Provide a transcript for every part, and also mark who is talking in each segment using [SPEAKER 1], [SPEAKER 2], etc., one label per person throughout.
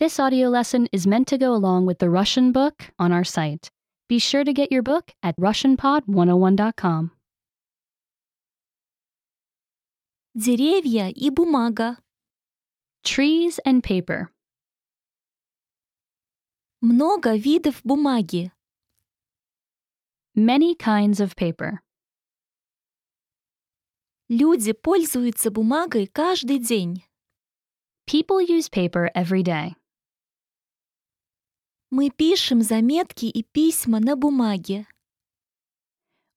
[SPEAKER 1] This audio lesson is meant to go along with the Russian book on our site. Be sure to get your book at RussianPod101.com.
[SPEAKER 2] Деревья и бумага.
[SPEAKER 1] Trees and paper.
[SPEAKER 2] Много видов бумаги.
[SPEAKER 1] Many kinds of paper.
[SPEAKER 2] Люди пользуются бумагой каждый день.
[SPEAKER 1] People use paper every day.
[SPEAKER 2] Мы пишем заметки и письма на бумаге.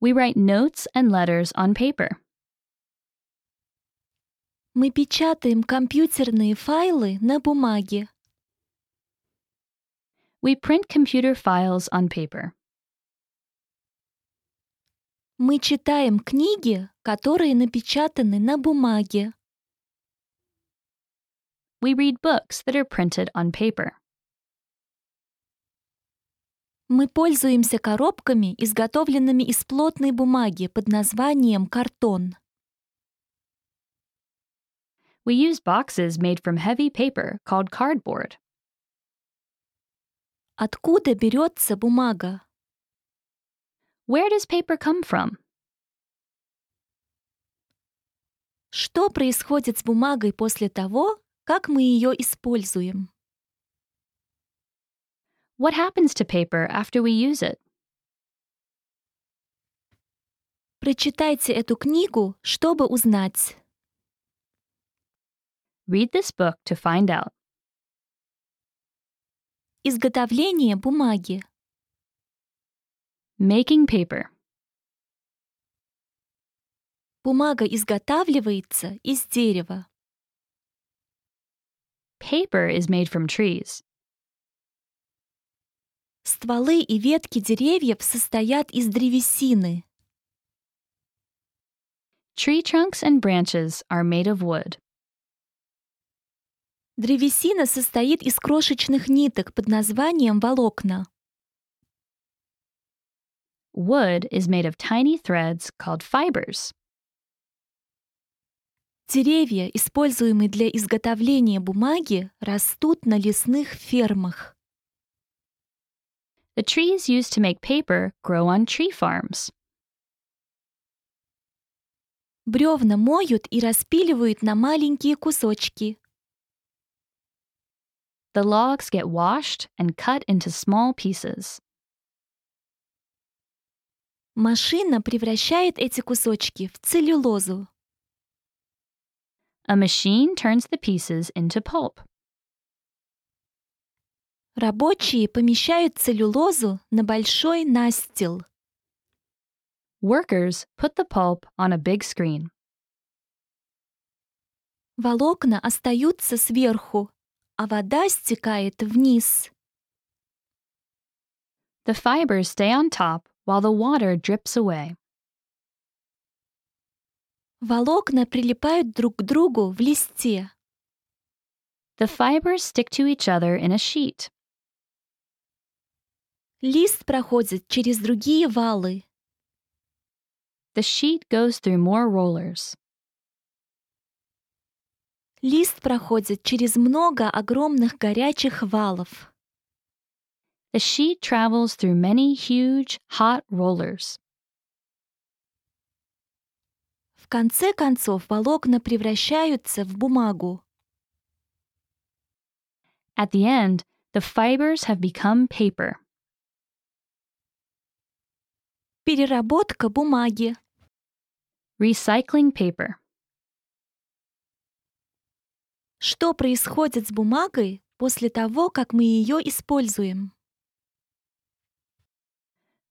[SPEAKER 1] We write notes and letters on paper.
[SPEAKER 2] Мы печатаем компьютерные файлы на бумаге.
[SPEAKER 1] We print computer files on paper.
[SPEAKER 2] Мы читаем книги, которые напечатаны на бумаге.
[SPEAKER 1] We read books that are printed on paper.
[SPEAKER 2] Мы пользуемся коробками, изготовленными из плотной бумаги под названием картон.
[SPEAKER 1] We use boxes made from heavy paper called cardboard.
[SPEAKER 2] Откуда берется бумага?
[SPEAKER 1] Where does paper come from?
[SPEAKER 2] Что происходит с бумагой после того, как мы ее используем?
[SPEAKER 1] What happens to paper after we use it?
[SPEAKER 2] Прочитайте эту книгу, чтобы узнать.
[SPEAKER 1] Read this book to find out.
[SPEAKER 2] Изготовление бумаги.
[SPEAKER 1] Making paper.
[SPEAKER 2] Бумага изготавливается из дерева.
[SPEAKER 1] Paper is made from trees.
[SPEAKER 2] Стволы и ветки деревьев состоят из древесины.
[SPEAKER 1] Tree trunks and branches are made of wood.
[SPEAKER 2] Древесина состоит из крошечных ниток под названием волокна.
[SPEAKER 1] Wood is made of tiny threads called fibers.
[SPEAKER 2] Деревья, используемые для изготовления бумаги, растут на лесных фермах.
[SPEAKER 1] The trees used to make paper grow on tree farms.
[SPEAKER 2] Бревна моют и распиливают на маленькие кусочки.
[SPEAKER 1] The logs get washed and cut into small pieces.
[SPEAKER 2] Машина превращает эти кусочки в целлюлозу.
[SPEAKER 1] A machine turns the pieces into pulp.
[SPEAKER 2] Рабочие помещают целлюлозу на большой настил.
[SPEAKER 1] Workers put the pulp on a big screen.
[SPEAKER 2] Волокна остаются сверху, а вода стекает вниз.
[SPEAKER 1] The fibers stay on top while the water drips away.
[SPEAKER 2] Волокна прилипают друг к другу в листе.
[SPEAKER 1] The fibers stick to each other in a sheet.
[SPEAKER 2] Лист проходит через другие валы.
[SPEAKER 1] The sheet goes through more rollers.
[SPEAKER 2] Лист проходит через много огромных горячих валов.
[SPEAKER 1] The sheet travels through many huge, hot rollers.
[SPEAKER 2] В конце концов волокна превращаются в бумагу.
[SPEAKER 1] At the end, the fibers have become paper.
[SPEAKER 2] Переработка бумаги.
[SPEAKER 1] Recycling paper.
[SPEAKER 2] Что происходит с бумагой после того, как мы ее используем?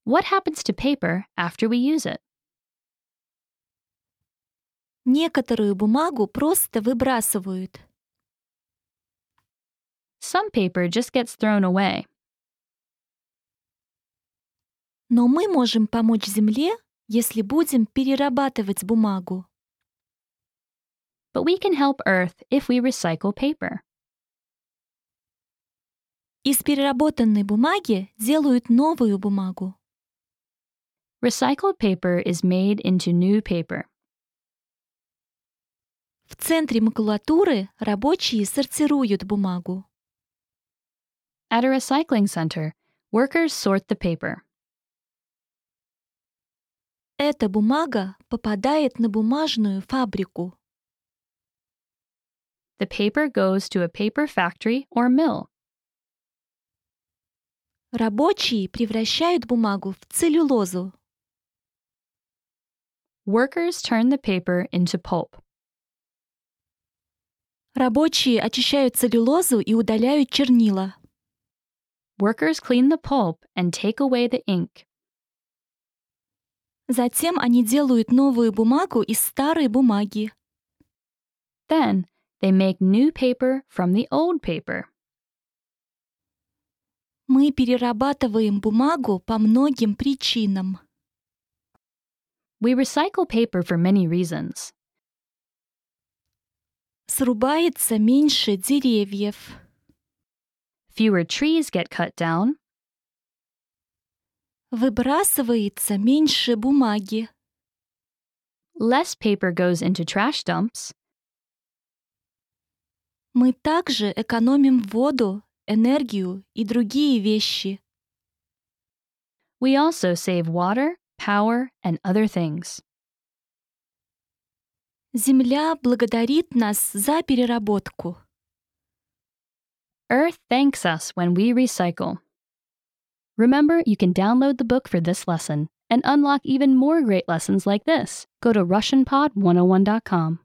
[SPEAKER 1] What happens to paper after we use it?
[SPEAKER 2] Некоторую бумагу просто выбрасывают.
[SPEAKER 1] Some paper just gets thrown away,
[SPEAKER 2] Но мы можем помочь Земле, если будем перерабатывать бумагу.
[SPEAKER 1] but we can help Earth if we recycle paper.
[SPEAKER 2] Из переработанной бумаги делают новую бумагу.
[SPEAKER 1] Recycled paper is made into new paper.
[SPEAKER 2] В центре макулатуры рабочие сортируют бумагу.
[SPEAKER 1] At a recycling center, workers sort the paper.
[SPEAKER 2] Эта бумага попадает на бумажную фабрику.
[SPEAKER 1] The paper goes to a paper factory or mill.
[SPEAKER 2] Рабочие превращают бумагу в целлюлозу.
[SPEAKER 1] Workers turn the paper into pulp.
[SPEAKER 2] Рабочие очищают целлюлозу и удаляют чернила.
[SPEAKER 1] Workers clean the pulp and take away the ink.
[SPEAKER 2] Затем они делают новую бумагу из старой бумаги.
[SPEAKER 1] Then they make new paper from the old paper.
[SPEAKER 2] Мы перерабатываем бумагу по многим причинам.
[SPEAKER 1] We recycle paper for many reasons.
[SPEAKER 2] Срубается меньше деревьев.
[SPEAKER 1] Fewer trees get cut down,
[SPEAKER 2] Выбрасывается меньше бумаги.
[SPEAKER 1] less paper goes into trash dumps,
[SPEAKER 2] Мы также экономим воду, энергию и другие вещи.
[SPEAKER 1] we also save water, power, and other things.
[SPEAKER 2] Земля благодарит нас за переработку.
[SPEAKER 1] Earth thanks us when we recycle. Remember, you can download the book for this oh lesson and unlock even more great lessons like this. Go to RussianPod101.com.